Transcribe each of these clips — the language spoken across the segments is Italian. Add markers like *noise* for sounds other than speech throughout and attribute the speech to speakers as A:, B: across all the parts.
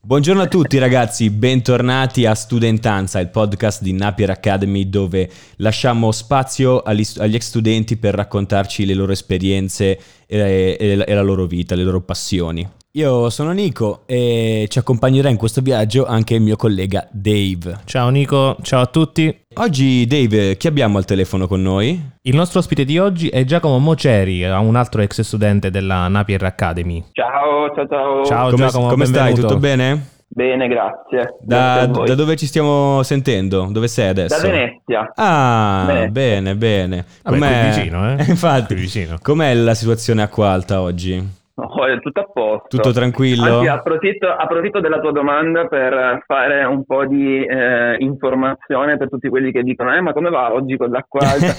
A: Buongiorno a tutti ragazzi, bentornati a Studentanza, il podcast di Napier Academy dove lasciamo spazio agli, agli ex studenti per raccontarci le loro esperienze e, e- e la loro vita, le loro passioni. Io sono Nico e ci accompagnerà in questo viaggio anche il mio collega Dave.
B: Ciao Nico, ciao a tutti.
A: Oggi Dave, chi abbiamo al telefono con noi?
B: Il nostro ospite di oggi è Giacomo Moceri, un altro ex studente della Napier Academy.
C: Ciao, ciao, ciao.
B: Ciao
A: come
B: Giacomo,
A: come stai?
B: benvenuto.
A: Tutto bene?
C: Bene, grazie. Grazie
A: Da,
C: a voi.
A: da dove ci stiamo sentendo? Dove sei adesso?
C: Da Venezia.
A: Ah,
C: Bene.
A: bene, bene.
B: Vabbè,
A: Com'è-
B: qui vicino, eh?
A: *laughs* Infatti,
B: Qui vicino.
A: Ecco. com'è la situazione a Qualta oggi?
C: Oh, è tutto a posto.
A: Tutto tranquillo?
C: Anzi, approfitto, approfitto della tua domanda per fare un po' di eh, informazione per tutti quelli che dicono: Eh, ma come va oggi con l'acqua alta?
A: *laughs*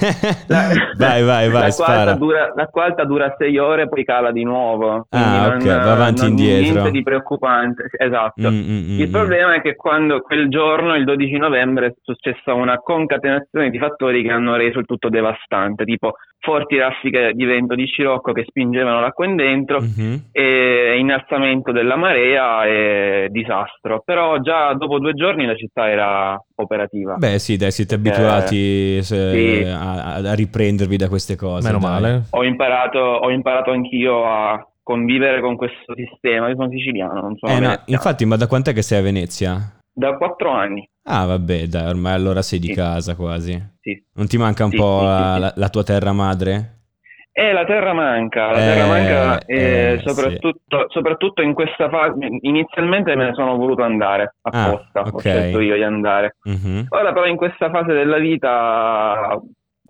C: La-
A: *laughs* vai, vai, vai,
C: l'acqua alta
A: spara.
C: dura, l'acqua alta dura sei ore, poi cala di nuovo. Quindi
A: Ah,
C: non-
A: ok, va avanti e
C: non-
A: indietro.
C: Niente di preoccupante, esatto.
A: Mm, mm, mm,
C: Il
A: mm.
C: problema è che quando quel giorno, il 12 novembre, è successa una concatenazione di fattori che hanno reso il tutto devastante, tipo forti raffiche di vento di scirocco che spingevano l'acqua in dentro,
A: Mhm.
C: e innalzamento della marea e disastro. Però già dopo due giorni la città era operativa.
A: Beh, sì, dai, siete
C: Perché-
A: abituati se-
C: Eh, sì.
A: a, a riprendervi da queste cose.
B: Meno
A: dai.
B: male.
C: Ho imparato, ho imparato anch'io a convivere con questo sistema. Io sono siciliano, non sono
A: Eh, no,
C: veneziano.
A: infatti, ma da quant'è che sei a Venezia?
C: Da quattro anni.
A: Ah, vabbè, dai, ormai allora sei di
C: Sì.
A: casa quasi.
C: Sì.
A: Non ti manca un
C: Sì,
A: po'
C: sì, sì,
A: la,
C: sì.
A: la- la tua terra madre?
C: Eh, la terra manca, la
A: Eh,
C: terra manca eh,
A: eh,
C: soprattutto, soprattutto in questa fase, inizialmente me ne sono voluto andare
A: Ah,
C: apposta,
A: ok.
C: ho scelto io di andare.
A: Mhm.
C: Ora però in questa fase della
A: *laughs*
C: vita,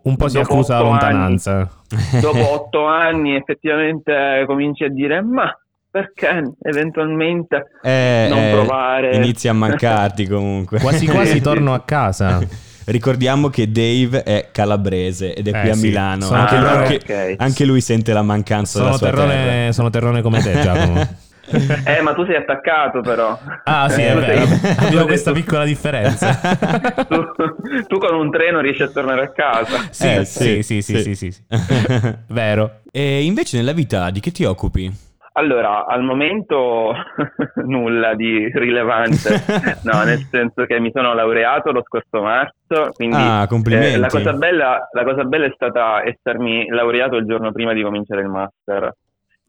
B: Un po' si
C: Dopo
B: accusa la
C: otto anni.
B: lontananza.
C: dopo otto anni, effettivamente cominci a dire, ma perché eventualmente
A: Eh,
C: non
A: eh,
C: provare?
A: Inizi a mancarti comunque.
B: Quasi
A: *laughs*
C: Sì,
B: quasi
C: sì.
B: torno a casa.
A: Ricordiamo che Dave è calabrese ed è
B: Eh,
A: qui a
B: sì.
A: Milano.
B: Sono
A: anche,
C: Ah,
A: lui,
B: terrone-
A: anche-
C: ok.
A: anche lui sente la mancanza
B: Sono
A: della sua terra.
B: terrone, sono terrone come
A: *laughs*
B: te Giacomo.
C: Eh, ma tu sei attaccato però.
B: Ah sì, è
C: Eh,
B: vero.
C: sì.
B: Abbiamo questa piccola differenza. *laughs*
C: Tu, tu con un treno riesci a tornare a casa.
B: Sì,
A: *laughs* Eh,
B: sì,
A: sì,
B: sì, sì,
A: sì.
B: sì, sì, sì. Vero.
A: e invece nella vita di che ti occupi?
C: Allora, al momento *laughs* nulla di rilevante.
A: *laughs*
C: No, nel senso che mi sono laureato lo scorso marzo, quindi
A: ah, complimenti.
C: eh, la, cosa bella, la cosa bella è stata essermi laureato il giorno prima di cominciare il master.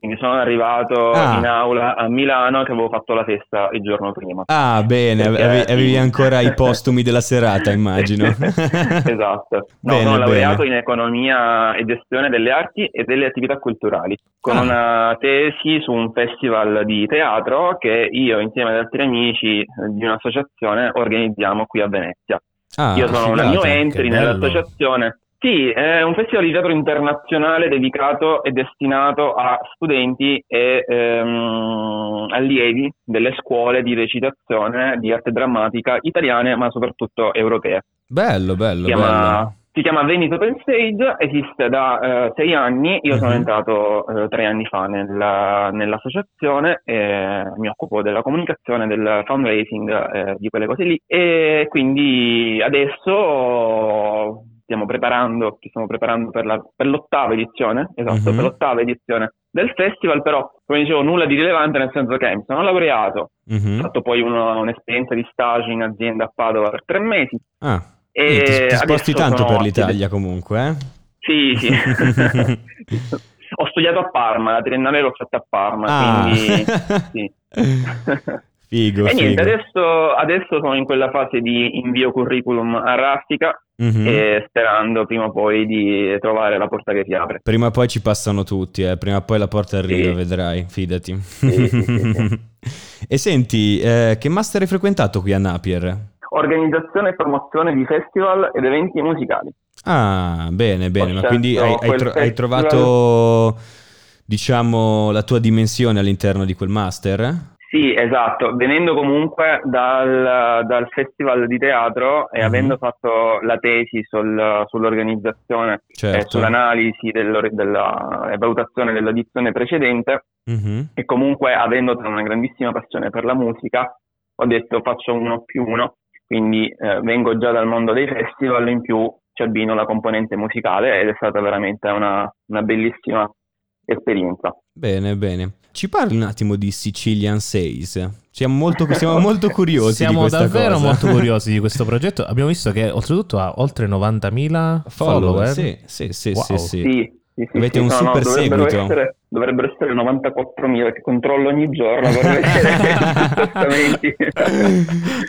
C: Quindi sono arrivato
A: Ah.
C: in aula a Milano che avevo fatto la festa il giorno prima.
A: Ah, bene, ave-
C: Perché- eh,
A: ave- avevi ancora
C: *laughs*
A: i postumi della serata, immagino.
C: esatto. No,
A: Bene,
C: sono laureato
A: bene.
C: in economia e gestione delle arti e delle attività culturali, con
A: Ah.
C: una tesi su un festival di teatro che io insieme ad altri amici eh, di un'associazione organizziamo qui a Venezia.
A: *laughs* Ah,
C: io sono una
A: figata.
C: new
B: che
C: entry
B: bello.
C: nell'associazione. Sì, è un festival di teatro internazionale dedicato e destinato a studenti e ehm, allievi delle scuole di recitazione di arte drammatica italiane, ma soprattutto europee
A: Bello, bello,
C: si chiama,
A: bello.
C: si chiama Venice Open Stage, esiste da eh, sei anni, io sono
A: Mhm.
C: entrato eh, tre anni fa nella- nell'associazione e mi occupo della comunicazione, del fundraising, eh, di quelle cose lì e quindi adesso stiamo preparando, ci stiamo preparando per, la- per l'ottava edizione, esatto,
A: Mhm.
C: per l'ottava edizione del festival, però come dicevo nulla di rilevante nel senso che mi sono laureato, ho
A: Mhm.
C: fatto poi uno- un'esperienza di stage in azienda a Padova per tre mesi.
A: Ah,
C: E
A: eh, ti, ti
C: adesso
A: sposti tanto
C: sono-
A: per l'Italia comunque, eh?
C: Sì, sì.
A: *laughs*
C: Ho studiato a Parma, la triennale l'ho fatta a Parma,
A: Ah. *laughs*
C: quindi sì.
A: Figo,
C: e niente,
A: figo.
C: adesso, adesso sono in quella fase di invio curriculum a Raffica
A: Mhm.
C: e sperando prima o poi di trovare la porta che si apre.
A: Prima o poi ci passano tutti, eh, prima o poi la porta arriva,
C: Sì.
A: vedrai, fidati.
C: sì, sì,
A: *laughs* e senti, eh, che master hai frequentato qui a Napier?
C: Organizzazione e promozione di festival ed eventi musicali.
A: Ah, bene, bene, ma
C: scelto
A: quindi hai, hai
C: quel
A: tro- hai
C: festival-
A: trovato, diciamo, la tua dimensione all'interno di quel
C: Eh,
A: master?
C: Sì, esatto, venendo comunque dal, dal festival di teatro e
A: Mhm.
C: avendo fatto la tesi sul- sull'organizzazione eh,
A: Certo.
C: sull'analisi dell'or- della e valutazione dell'edizione precedente
A: Mhm.
C: e comunque avendo una grandissima passione per la musica, ho detto faccio uno più uno, quindi eh, vengo già dal mondo dei festival, in più ci abbino la componente musicale ed è stata veramente una, una bellissima esperienza.
A: Bene, bene. Ci parli un attimo di Sicilian Says, Siamo molto, siamo molto
C: *laughs*
A: curiosi
B: Siamo
A: di questa
B: davvero
A: cosa. *laughs*
B: molto curiosi di questo progetto. Abbiamo visto che oltretutto ha oltre 90.000 follower.
A: follower. Sì, sì, sì,
B: Wow.
A: sì, sì.
C: Sì, sì, sì,
A: Avete
C: sì,
A: un
C: no, no,
A: super
C: dovrebbero
A: seguito.
C: Essere, dovrebbero essere 94.000 che controllo ogni giorno per
A: *laughs*
C: vedere *laughs* tutti i spostamenti.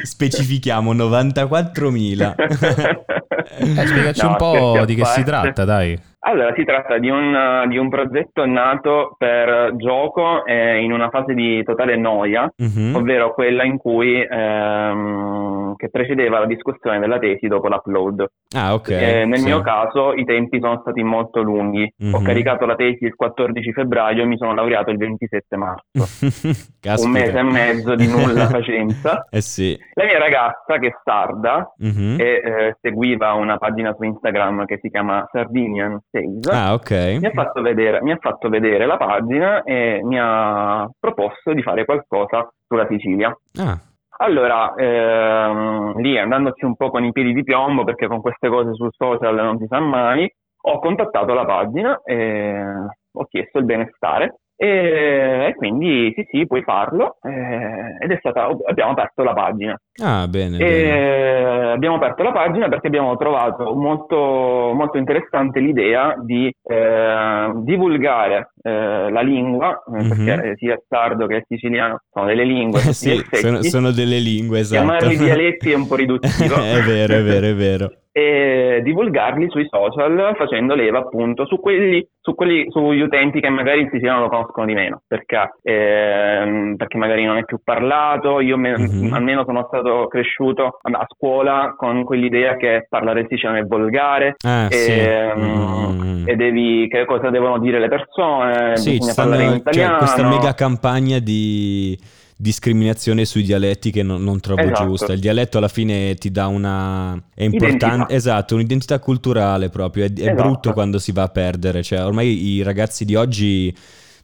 A: Specifichiamo
C: *laughs*
A: 94.000.
B: *laughs*
A: Mm.
B: Eh, spiegaci
C: No,
B: un po'
C: scherzi a
B: di che si
C: parte.
B: tratta, dai.
C: Allora, si tratta di un, di un progetto nato per gioco eh, in una fase di totale noia,
B: Mm.
A: Mhm.
C: ovvero quella in cui ehm, che precedeva la discussione della tesi dopo l'upload.
A: Ah, ok.
C: Eh, nel
A: sì. *laughs*
C: mio caso i tempi sono stati molto lunghi. Ho
B: Mm-hmm.
A: Mhm.
C: caricato la tesi il 14 febbraio e mi sono laureato il 27 marzo.
B: Mm.
A: Caspita.
C: un mese e mezzo
A: *laughs*
C: di nulla facenza.
A: Eh sì.
C: La mia ragazza, che è sarda,
B: Mm.
A: Mhm.
C: e eh, seguiva una pagina su Instagram che si chiama Sardinian Sales,
A: Ah, ok.
C: mi, ha fatto vedere, mi ha fatto vedere la pagina e mi ha proposto di fare qualcosa sulla Sicilia.
A: Ah,
C: Allora, ehm, lì andandoci un po' con i piedi di piombo, perché con queste cose sul social non si sa mai, ho contattato la pagina, e ho chiesto il benestare e, e quindi sì sì puoi farlo eh, ed è stata, abbiamo aperto la pagina.
A: ah bene, bene.
C: E Eh, abbiamo aperto la pagina perché abbiamo trovato molto, molto interessante l'idea di eh, divulgare eh, la lingua, eh,
A: Mhm.
C: perché sia sardo che siciliano sono delle lingue,
A: *laughs* Eh sì,
C: dialetti.
A: sono, sono delle lingue, esatto.
C: Chiamarli dialetti è un po'
A: *laughs*
C: riduttivo.
A: è vero, è vero, è vero.
C: e divulgarli sui social facendo leva appunto su quelli, su quelli sugli utenti che magari il siciliano lo conoscono di meno perché, ehm, perché magari non è più parlato io me-
A: Mhm.
C: almeno sono stato cresciuto a, a scuola con quell'idea che parlare il siciliano è volgare
A: Ah, sì.
C: Ehm,
A: Mm.
C: e devi che cosa devono dire le persone
A: Sì, ci
C: Eh, bisogna
A: stanno-
C: parlare in
A: c'è
C: italiano
A: questa mega campagna di discriminazione sui dialetti che non, non trovo
C: Esatto.
A: giusta. Il dialetto alla fine ti dà una... è importante,
C: Identità.
A: esatto, un'identità culturale proprio, è, è
C: Esatto.
A: brutto quando si va a perdere, cioè ormai i ragazzi di oggi...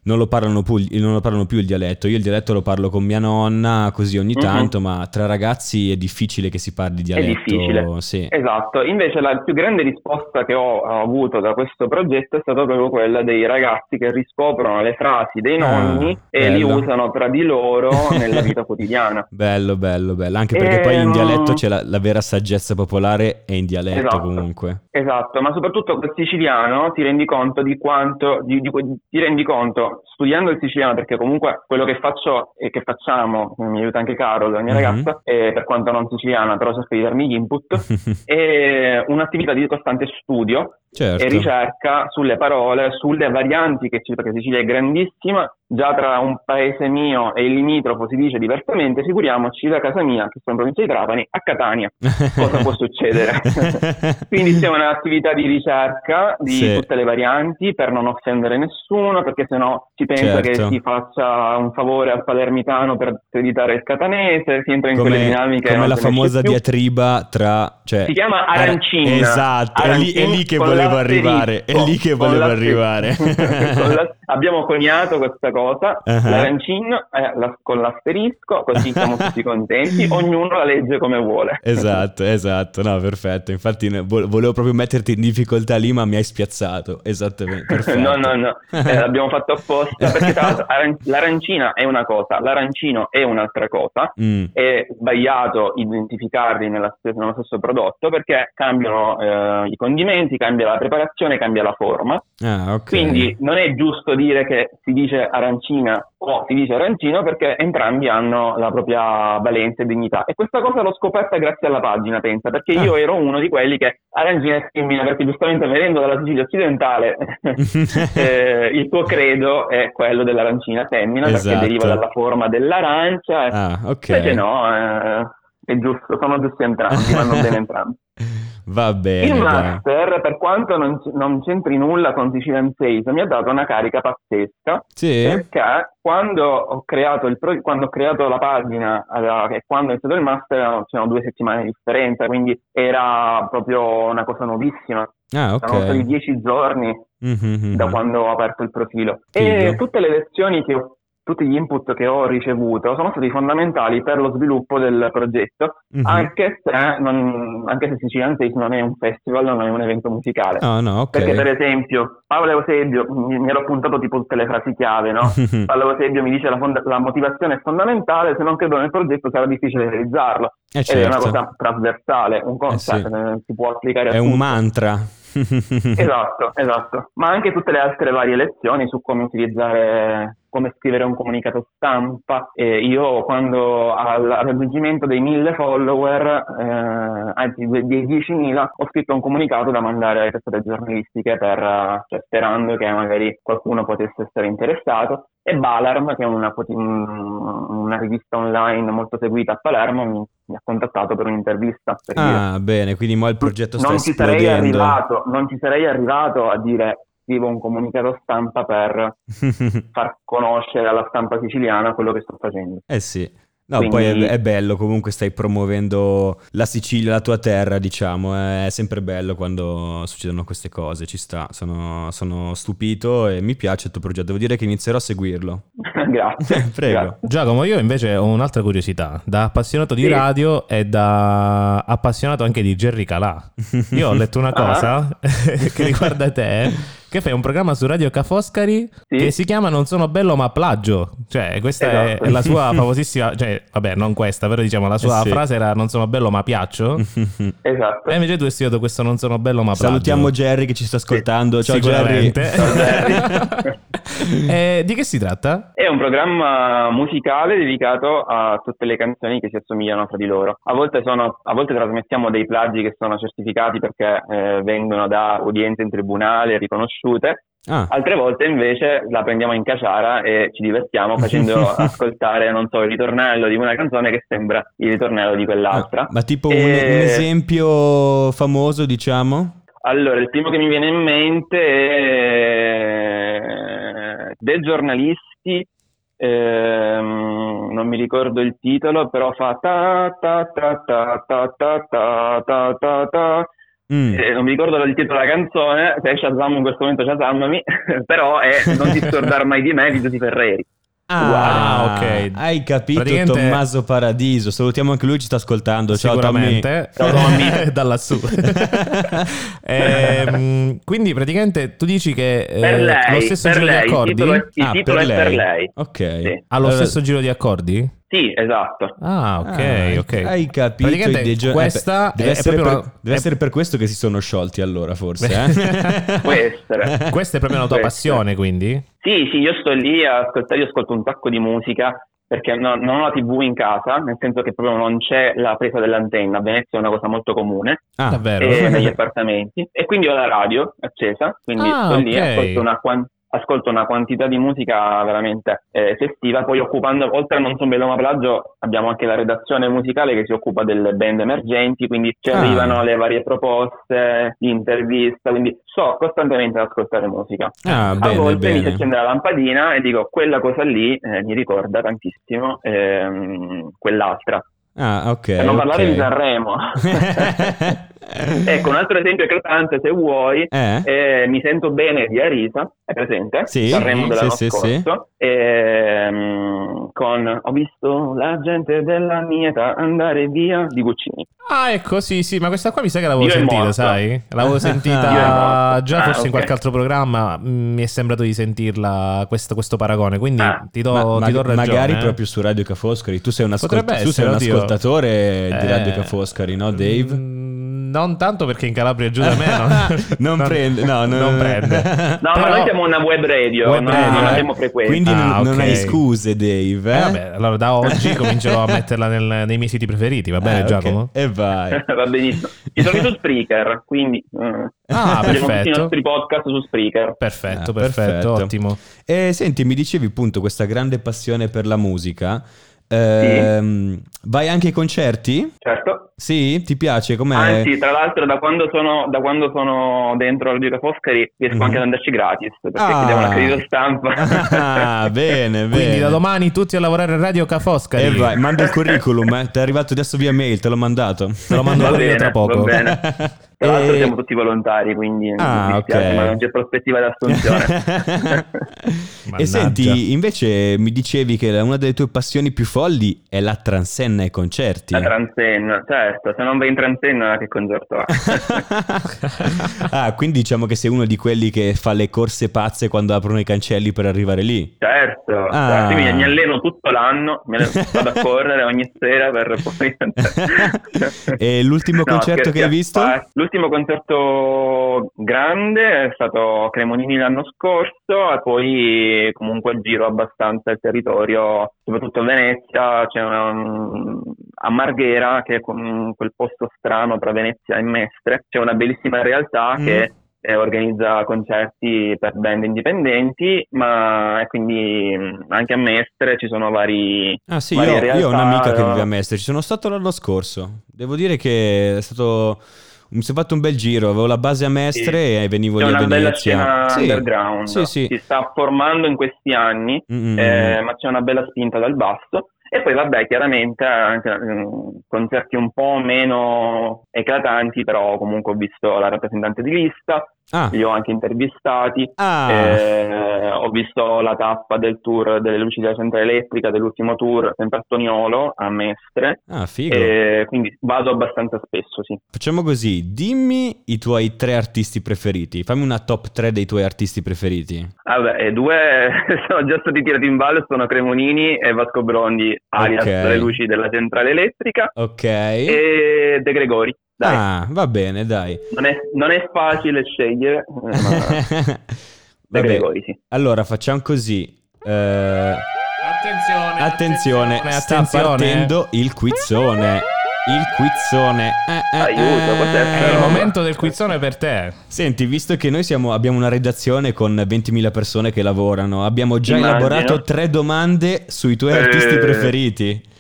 A: Non lo, parlano più, non lo parlano più il dialetto, io il dialetto lo parlo con mia nonna così ogni
C: Mhm.
A: tanto, ma tra ragazzi è difficile che si parli dialetto.
C: difficile.
A: Sì.
C: Esatto, invece la più grande risposta che ho, ho avuto da questo progetto è stata proprio quella dei ragazzi che riscoprono le frasi dei
A: Ah,
C: nonni e li
A: bello.
C: usano tra di
A: *laughs*
C: loro nella vita quotidiana.
A: Bello, bello, bello. Anche perché poi in
C: Ehm,
A: dialetto c'è la, la vera saggezza popolare è in dialetto
C: Esatto.
A: comunque.
C: Esatto, ma soprattutto col siciliano ti rendi conto di quanto, di- di que- ti rendi conto studiando il siciliano, perché comunque quello che faccio e che facciamo, mi aiuta anche Carol, la mia
A: Mhm.
C: ragazza, eh, per quanto non siciliana, però cerco di darmi
A: *laughs*
C: gli input, è un'attività di costante studio
A: certo.
C: e ricerca sulle parole, sulle varianti che ci, perché Sicilia è grandissima, già tra un paese mio e il limitrofo si dice diversamente, figuriamoci da casa mia, che sono in provincia di Trapani, a Catania. cosa può
A: *laughs*
C: succedere? Quindi c'è un'attività di ricerca di
A: Sì.
C: tutte le varianti per non offendere nessuno, perché sennò si
A: Certo.
C: pensa che si faccia un favore al palermitano per creditare il catanese, si entra in quelle
A: come,
C: dinamiche.
A: come
C: non
A: la
C: se ne esce
A: famosa
C: più.
A: diatriba tra... Cioè,
C: Si chiama
A: Ara-
C: arancina.
A: Esatto, è lì, è lì che
C: Arancina con
A: volevo
C: l'asterisco,
A: arrivare. È lì che
C: con
A: volevo
C: l'asterisco.
A: arrivare.
C: *laughs* Con la- Abbiamo coniato questa cosa,
A: Ah.
C: l'arancina eh, la- con l'asterisco, così
A: *laughs*
C: siamo tutti contenti, ognuno la legge come vuole.
A: Esatto, esatto, no, perfetto. Infatti ne- vo- volevo proprio metterti in difficoltà lì, ma mi hai spiazzato.
C: *laughs*
A: Esattamente, perfetto.
C: No,
A: *laughs*
C: no, no, eh, l'abbiamo fatto apposta perché tra l'altro aran- l'arancina è una cosa, l'arancino è un'altra cosa.
A: Mm,
C: È sbagliato identificarli nella stes- nello stesso prodotto perché cambiano eh, i condimenti, cambia la preparazione, cambia la forma.
A: Ah, ok. *laughs*
C: Quindi non è giusto dire che si dice arancina o si dice arancino perché entrambi hanno la propria valenza e dignità. E questa cosa l'ho scoperta grazie alla pagina, pensa, perché
A: Ah.
C: io ero uno di quelli che arancina è femmina perché giustamente venendo dalla
A: *laughs*
C: Sicilia occidentale eh, il tuo credo è quello dell'arancina femmina
A: Esatto.
C: perché deriva dalla forma dell'arancia. e
A: Ah, ok.
C: Invece no, eh, è giusto, sono giusti entrambi, vanno bene entrambi.
A: Va *laughs* bene.
C: Il
A: dai.
C: master, per quanto non, c- non c'entri nulla con Sicilian Sales, mi ha dato una carica pazzesca
A: Sì.
C: perché quando ho, creato il pro- quando ho creato la pagina allora, e quando è stato il master erano- c'erano due settimane di differenza, quindi era proprio una cosa nuovissima.
A: Ah,
C: Erano stati
A: ok.
C: dieci giorni
A: Mhm, mhm.
C: da quando ho aperto il profilo.
A: Figo.
C: E tutte le lezioni che ho tutti gli input che ho ricevuto sono stati fondamentali per lo sviluppo del progetto,
A: Mhm.
C: anche se, eh, non, anche se Sicilian Taste non è un festival, non è un evento musicale.
A: Ah, no, ok.
C: Perché
A: *laughs*
C: per esempio Paolo Eusebio, mi, mi ero appuntato tipo tutte le frasi
A: *laughs*
C: chiave, no? Paolo Eusebio mi dice la, fonda- la motivazione è fondamentale, se non credo nel progetto sarà difficile realizzarlo.
A: Eh,
C: Ed è una
A: certo.
C: cosa trasversale, un concept
A: sì.
C: eh, si può applicare
A: È
C: a
A: un
C: tutto.
A: mantra.
C: Esatto, esatto. Ma anche tutte le altre varie lezioni su come utilizzare, come scrivere un comunicato stampa. E io quando al raggiungimento dei 1000 follower, eh, anzi dei dei 10.000, ho scritto un comunicato da mandare alle testate giornalistiche per, eh, cioè, sperando che magari qualcuno potesse essere interessato. E Balarm, che è una, pot- un- una rivista online molto seguita a Palermo, mi, mi ha contattato per un'intervista. Per dire.
A: *laughs* ah, bene, quindi mo il progetto sta
C: Non ci, sarei
A: esplodendo.
C: arrivato, non ci sarei arrivato a dire scrivo un comunicato stampa per far conoscere alla stampa siciliana quello che sto facendo.
A: *laughs*
C: *laughs*
A: eh sì. No,
C: Quindi-
A: poi è, è bello, comunque stai promuovendo la Sicilia, la tua terra, diciamo, è sempre bello quando succedono queste cose, ci sta, sono, sono stupito e mi piace il tuo progetto, devo dire che inizierò a seguirlo. *laughs*
C: grazie.
A: Prego.
C: grazie.
B: Giacomo, io invece ho un'altra curiosità, da appassionato di
C: Sì.
B: radio e da appassionato anche di Jerry Calà. Io ho letto
C: *laughs* Ah.
B: una cosa *laughs* che riguarda te, che fai un programma su Radio Ca' Foscari
C: Sì.
B: che si chiama Non sono bello ma plagio. Cioè, questa è-
C: Esatto.
B: è, la
C: *laughs*
B: sua famosissima, cioè, vabbè, non questa, però diciamo la sua
A: Eh sì.
B: frase era Non sono bello
A: *laughs*
B: ma piaccio.
C: Esatto.
B: E invece tu hai studiato questo Non sono bello ma plagio.
A: Salutiamo Jerry che ci sta ascoltando, ciao Jerry.
B: Sicuramente.
C: Ciao,
B: *laughs* Eh, di che si tratta?
C: È un programma musicale dedicato a tutte le canzoni che si assomigliano fra di loro. A volte, sono- a volte trasmettiamo dei plagi che sono certificati perché eh, vengono da udienze in tribunale riconosciute,
A: Ah,
C: Altre volte invece la prendiamo in caciara e ci divertiamo facendo ascoltare, non so, il ritornello di una canzone che sembra il ritornello di quell'altra.
A: ah, ma tipo un-
C: Eh,
A: un esempio famoso, diciamo?
C: Allora, il primo che mi viene in mente è eh, dei giornalisti, ehm, non mi ricordo il titolo, però fa ta ta ta ta ta ta ta ta ta ta
A: Mm.
C: Eh, non mi ricordo il titolo della canzone, se è Shazam in questo momento Shazammami, *laughs* però è Non ti scordar mai di me di Giuseppe Ferreri.
A: Ah,
B: Uguale.
A: ok. Hai capito
B: Praticamente-
A: Tommaso Paradiso. Salutiamo anche lui, ci sta ascoltando. Ciao Tommy.
B: sicuramente
C: Ciao,
B: *laughs*
C: Tommy.
B: da
A: *laughs*
B: lassù Ehm, quindi praticamente tu dici che eh,
C: Per lei,
B: lo stesso
C: per
B: giro
C: lei,
B: di
C: il
B: accordi
C: titolo è- il
A: Ah,
C: titolo
A: per
C: è per
A: lei.
C: lei.
B: Oh.
A: Ok.
C: Sì.
B: ha lo
A: Allora-
B: stesso giro di accordi
C: Sì, esatto.
B: ah ok
A: Ah,
B: ok
A: Hai capito
B: Praticamente
A: i dei gio-
B: questa
A: eh, deve,
B: è- è
A: essere per,
B: proprio una-
A: deve
B: è-
A: essere per questo che si sono sciolti allora, forse. eh?
C: Può essere.
B: *laughs* questa è proprio una tua
C: Questa.
B: passione quindi
C: Sì, sì, io sto lì a ascoltare, io ascolto un sacco di musica perché no- non ho la TV in casa, nel senso che proprio non c'è la presa dell'antenna, a Venezia è una cosa molto comune,
A: Ah,
B: davvero
C: eh,
A: *laughs*
C: negli appartamenti, e quindi ho la radio accesa, quindi
B: Ah,
C: sto lì e
B: ok.
C: ascolto una quan- ascolto una quantità di musica veramente eh, festiva, poi occupando, oltre a Non Son Bello Ma Plagio, abbiamo anche la redazione musicale che si occupa delle band emergenti, quindi ci
A: Ah.
C: arrivano le varie proposte, interviste, quindi sto costantemente ad ascoltare musica.
A: Ah,
C: A
A: bene,
C: volte mi si
A: bene.
C: accende la lampadina e dico quella cosa lì eh, mi ricorda tantissimo ehm, quell'altra.
A: Ah, ok.
C: Per non parlare
A: ok. *laughs*
C: di Sanremo. *laughs* ecco, un altro esempio eclatante, se vuoi,
A: Eh?
C: eh, Mi sento bene di Arisa, è presente?
A: Sì,
C: Sanremo
A: sì,
C: dell'anno
A: sì, sì,
C: scorso. Ehm, con Ho visto la gente della mia età andare via di Guccini.
B: ah ecco sì sì ma questa qua mi sa che l'avevo
C: Io è
B: sentita
C: morta.
B: sai l'avevo
A: *laughs* Io è
B: sentita
C: morta.
B: già
C: Ah,
B: forse in
C: ok.
B: qualche altro programma mm, mi è sembrato di sentirla questo, questo paragone quindi
C: Ah,
B: ti do,
A: Ma-
B: ti do
A: ma-
B: ragione
A: magari
B: eh.
A: proprio su Radio Ca' Foscari. Tu sei un, ascolt-
B: Potrebbe
A: tu sei
B: essere,
A: un
B: oddio.
A: ascoltatore di
B: Eh,
A: Radio Ca' Foscari, no, Dave?
B: mm, Non tanto perché in Calabria giù da me *laughs* non,
A: *laughs* Non Eh? prende, no, no,
B: non
A: no. *laughs*
B: prende.
C: No, ma
B: Eh, Però-
C: noi siamo una web radio,
B: Web
C: non,
B: radio,
C: non
B: eh.
C: abbiamo frequenza.
A: Quindi non,
B: Ah,
A: non
B: ok.
A: hai scuse, Dave.
B: Eh,
A: eh?
B: vabbè, allora da
A: *laughs*
B: oggi comincerò a metterla nel- nei miei siti preferiti, va bene
A: Ah, ok.
B: Giacomo?
A: E vai.
C: *laughs* *laughs* Va benissimo. Ci
A: *laughs*
C: sono su Spreaker, quindi eh,
B: Ah,
C: abbiamo tutti i
B: perfetto.
C: nostri podcast su Spreaker.
B: Perfetto,
A: Ah,
B: perfetto,
A: perfetto.
B: ottimo.
A: E senti, mi dicevi appunto questa grande passione per la musica. Eh, ehm, vai anche ai concerti?
C: certo.
A: Sì? Ti piace? Com'è?
C: Anzi, tra l'altro, da quando sono, da quando sono dentro la Giro Foscari riesco
A: Mhm.
C: anche ad andarci gratis perché
A: Ah.
C: chiediamo la credito stampa. *laughs*
A: Ah, bene, bene.
B: Quindi da domani tutti a lavorare a Radio Cafosca.
A: Eh, vai, manda il curriculum, eh. ti è arrivato adesso via mail, te l'ho mandato. Eh.
B: Te lo mando
C: Va
B: pure io
C: bene,
B: tra
C: va
B: poco.
C: bene. Tra l'altro
A: E-
C: siamo tutti volontari, quindi
A: Ah,
C: non mi dispiace,
A: ok.
C: ma non c'è prospettiva di assunzione.
A: e *laughs*
B: Mannaggia.
A: senti, invece mi dicevi che la- una delle tue passioni più folli è la transenna ai concerti.
C: La transenna, certo, se non vai in transenna che concerto è?
A: *laughs* ah, quindi diciamo che sei uno di quelli che fa le corse pazze quando aprono i cancelli per arrivare lì.
C: Certo,
A: Ah.
C: certo, io mi, mi alleno tutto l'anno, mi alleno- vado a correre ogni sera per
A: *laughs*
C: poi...
A: E l'ultimo concerto che hai
C: scherzi a
A: visto?
C: parte. L'ultimo concerto grande è stato a Cremonini l'anno scorso e poi comunque giro abbastanza il territorio, soprattutto a Venezia, c'è una- a Marghera, che è com- quel posto strano tra Venezia e Mestre, c'è una bellissima realtà
A: Mm.
C: che eh, organizza concerti per band indipendenti, ma e quindi mm, anche a Mestre ci sono vari...
A: Ah sì, io,
C: Ma in realtà-
A: io ho un'amica che vive a Mestre, ci sono stato l'anno scorso. Devo dire che è stato... Mi sono fatto un bel giro, avevo la base a Mestre e venivo
C: C'è
A: lì a
C: una bella
A: Venezia.
C: scena
A: Sì.
C: underground,
A: Sì, sì.
C: si sta formando in questi anni,
A: Mm, mm,
C: eh,
A: mm.
C: ma c'è una bella spinta dal basso. E poi vabbè, chiaramente anche mm, concerti un po' meno eclatanti, però comunque ho visto la rappresentante di lista,
A: Ah,
C: li ho anche intervistati,
A: ah,
C: eh, ho visto la tappa del tour delle luci della centrale elettrica, dell'ultimo tour, sempre a Toniolo, a Mestre,
A: ah, figo.
C: e quindi vado abbastanza spesso, sì.
A: Facciamo così, dimmi i tuoi tre artisti preferiti, fammi una top 3 dei tuoi artisti preferiti.
C: Vabbè, Ah, e due *laughs* sono già stati tirati in ballo, sono Cremonini e Vasco Brondi, alias
A: Ok.
C: le luci della centrale elettrica,
A: Ok.
C: e De Gregori. Eh, Dai,
A: Ah, va bene, dai.
C: non, è, non è facile scegliere, eh,
A: *laughs*
C: ma De
A: Vabbè,
C: Gregori sì.
A: allora facciamo così. Eh,
B: Attenzione,
A: attenzione, sta partendo il quizzone. Il quizzone. Eh, eh,
C: Aiuto,
A: eh.
C: cos'è sta
B: È il
C: roba?
B: momento del quizzone per te.
A: Senti, visto che noi siamo- abbiamo una redazione con 20.000 persone che lavorano, abbiamo già
C: Immagino.
A: elaborato tre domande sui tuoi
C: Eh.
A: artisti preferiti.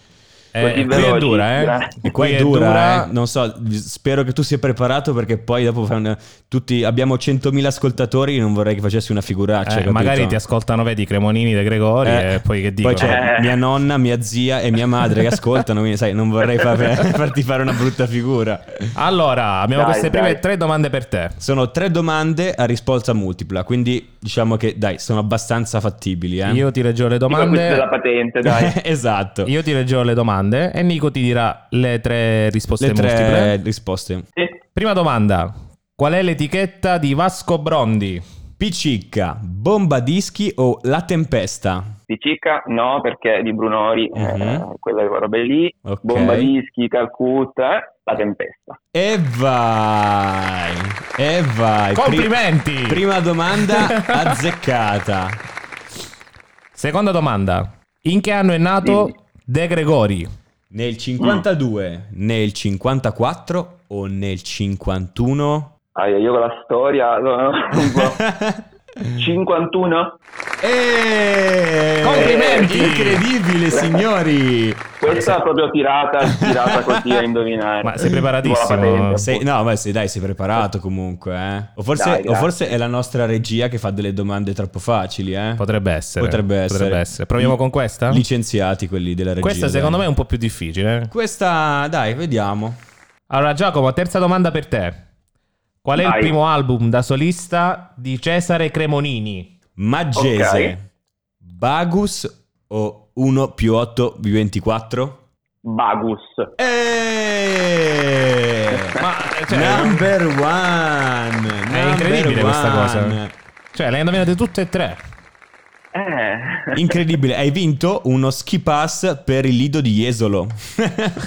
B: Eh,
C: Così
B: qui è
C: veloci,
B: dura, eh.
C: grazie.
A: E qua è
B: Qui
A: dura, eh. non so, spero che tu sia preparato perché poi dopo fai una- tutti, abbiamo 100.000 ascoltatori, non vorrei che facessi una
B: Eh,
A: figuraccia. Ah, capito?
B: magari ti ascoltano, vedi, Cremonini De Gregori
A: Eh,
B: e poi che Cioè, dicono.
A: Poi c'è
C: Eh.
A: mia nonna, mia zia e mia madre che ascoltano, quindi sai, non vorrei far-
B: *laughs*
A: farti fare *laughs* una brutta figura.
B: Allora, abbiamo
C: Dai,
B: queste
C: dai.
B: prime tre domande per te.
A: Sono tre domande a risposta multipla, quindi diciamo che dai, sono abbastanza fattibili. eh.
B: Io ti leggerò le
C: Tipo questa della
B: domande.
C: patente,
A: *laughs*
C: dai.
A: esatto.
B: Io ti leggerò le domande e Nico ti dirà le tre risposte
A: Le tre
B: multiple. eh.
A: risposte.
C: Sì.
B: Prima domanda: Qual è l'etichetta di Vasco Brondi?
A: Picicca, bomba dischi o la tempesta?
C: Di Cicca no, perché di Brunori, eh,
A: Mhm.
C: quelle robe lì,
A: Ok.
C: Bomba Dischi, Calcutta, eh, La Tempesta.
A: E vai, e vai. Pri-
B: Complimenti!
A: prima domanda
B: *laughs*
A: azzeccata.
B: Seconda domanda: In che anno è nato De Gregori?
A: Nel 52, nel 54 o nel 51?
C: Ah, io con la storia sono un
A: *laughs*
C: po'... 51?
A: Eh,
B: Complimenti!
A: Incredibile, signori!
C: Questa è proprio tirata, tirata così a indovinare.
B: Ma sei
C: Tipo la
B: preparatissimo.
C: patente.
A: Sei- no, ma sei, dai, sei preparato comunque, eh. O forse,
C: Dai,
A: o
C: grazie.
A: forse è la nostra regia che fa delle domande troppo facili, eh.
B: Potrebbe essere.
A: Potrebbe essere.
B: Proviamo
A: Li-
B: con questa?
A: Licenziati quelli della regia.
B: Questa
A: dai.
B: secondo me è un po' più difficile. eh.
A: Questa, dai, vediamo.
B: Allora Giacomo, terza domanda per te. Qual è il
C: Vai.
B: primo album da solista di Cesare Cremonini?
A: Maggese,
C: Ok.
A: Bagus o 1 più 8 più 24?
C: Bagus.
A: Eh!
B: Ma cioè,
A: number one! Number
B: incredibile questa cosa.
A: one.
B: cioè, le indovinate tutte e tre.
A: *laughs*
C: Eh,
A: Incredibile, hai vinto uno ski pass per il Lido di Jesolo. *laughs*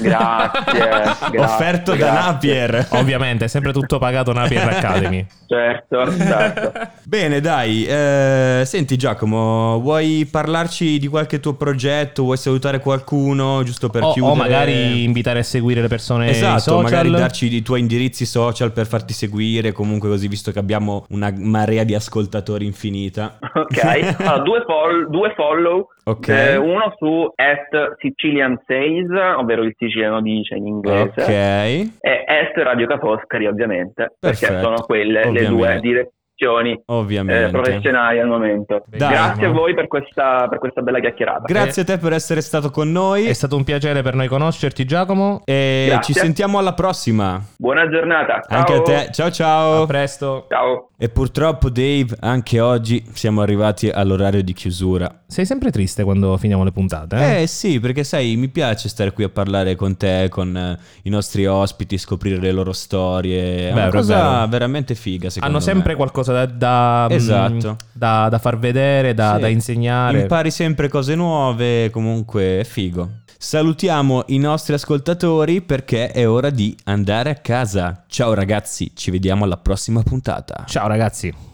C: Grazie, grazie,
A: Offerto da
C: grazie.
A: Napier.
B: Ovviamente, è sempre tutto pagato Napier Academy.
C: certo,
A: *laughs*
C: certo.
A: Bene, dai. eh, senti Giacomo, vuoi parlarci di qualche tuo progetto? Vuoi salutare qualcuno giusto *laughs* per
B: o,
A: chiudere?
B: o magari invitare a seguire le persone
A: Esatto,
B: nei Eh, social.
A: magari darci i tuoi indirizzi social per farti seguire, comunque così visto che abbiamo una marea di ascoltatori infinita. *laughs*
C: Ok, allora, due due, fol- due follow,
A: Ok.
C: eh, uno su at Sicilian Says, ovvero il siciliano dice in inglese,
A: Ok.
C: e est Radio Caposcari ovviamente, perché
A: Perfetto,
C: sono quelle le due
A: ovviamente.
C: direzioni eh,
A: Ovviamente.
C: professionali al momento.
A: Dai,
C: Grazie a
B: ma-
C: voi per questa, per questa bella chiacchierata.
A: Grazie a te per essere stato con
B: È
A: noi.
B: stato un piacere per noi conoscerti, Giacomo.
A: E
C: Grazie.
A: ci sentiamo alla prossima.
C: Buona giornata. Ciao.
A: Anche a te. Ciao ciao.
B: A presto.
C: Ciao.
A: E purtroppo, Dave, anche oggi siamo arrivati all'orario di chiusura.
B: Sei sempre triste quando finiamo le puntate?
A: Eh sì, perché sai, mi piace stare qui a parlare con te, con eh, i nostri ospiti, scoprire le loro storie. È una
B: Vero,
A: cosa
B: vero.
A: veramente figa, secondo
B: Hanno
A: me.
B: sempre qualcosa da, da- mh,
A: Esatto.
B: da, da far vedere, da,
A: Sì.
B: da insegnare.
A: Impari sempre cose nuove, comunque è figo. Salutiamo i nostri ascoltatori perché è ora di andare a casa. Ciao ragazzi, ci vediamo alla prossima puntata.
B: Ciao ragazzi.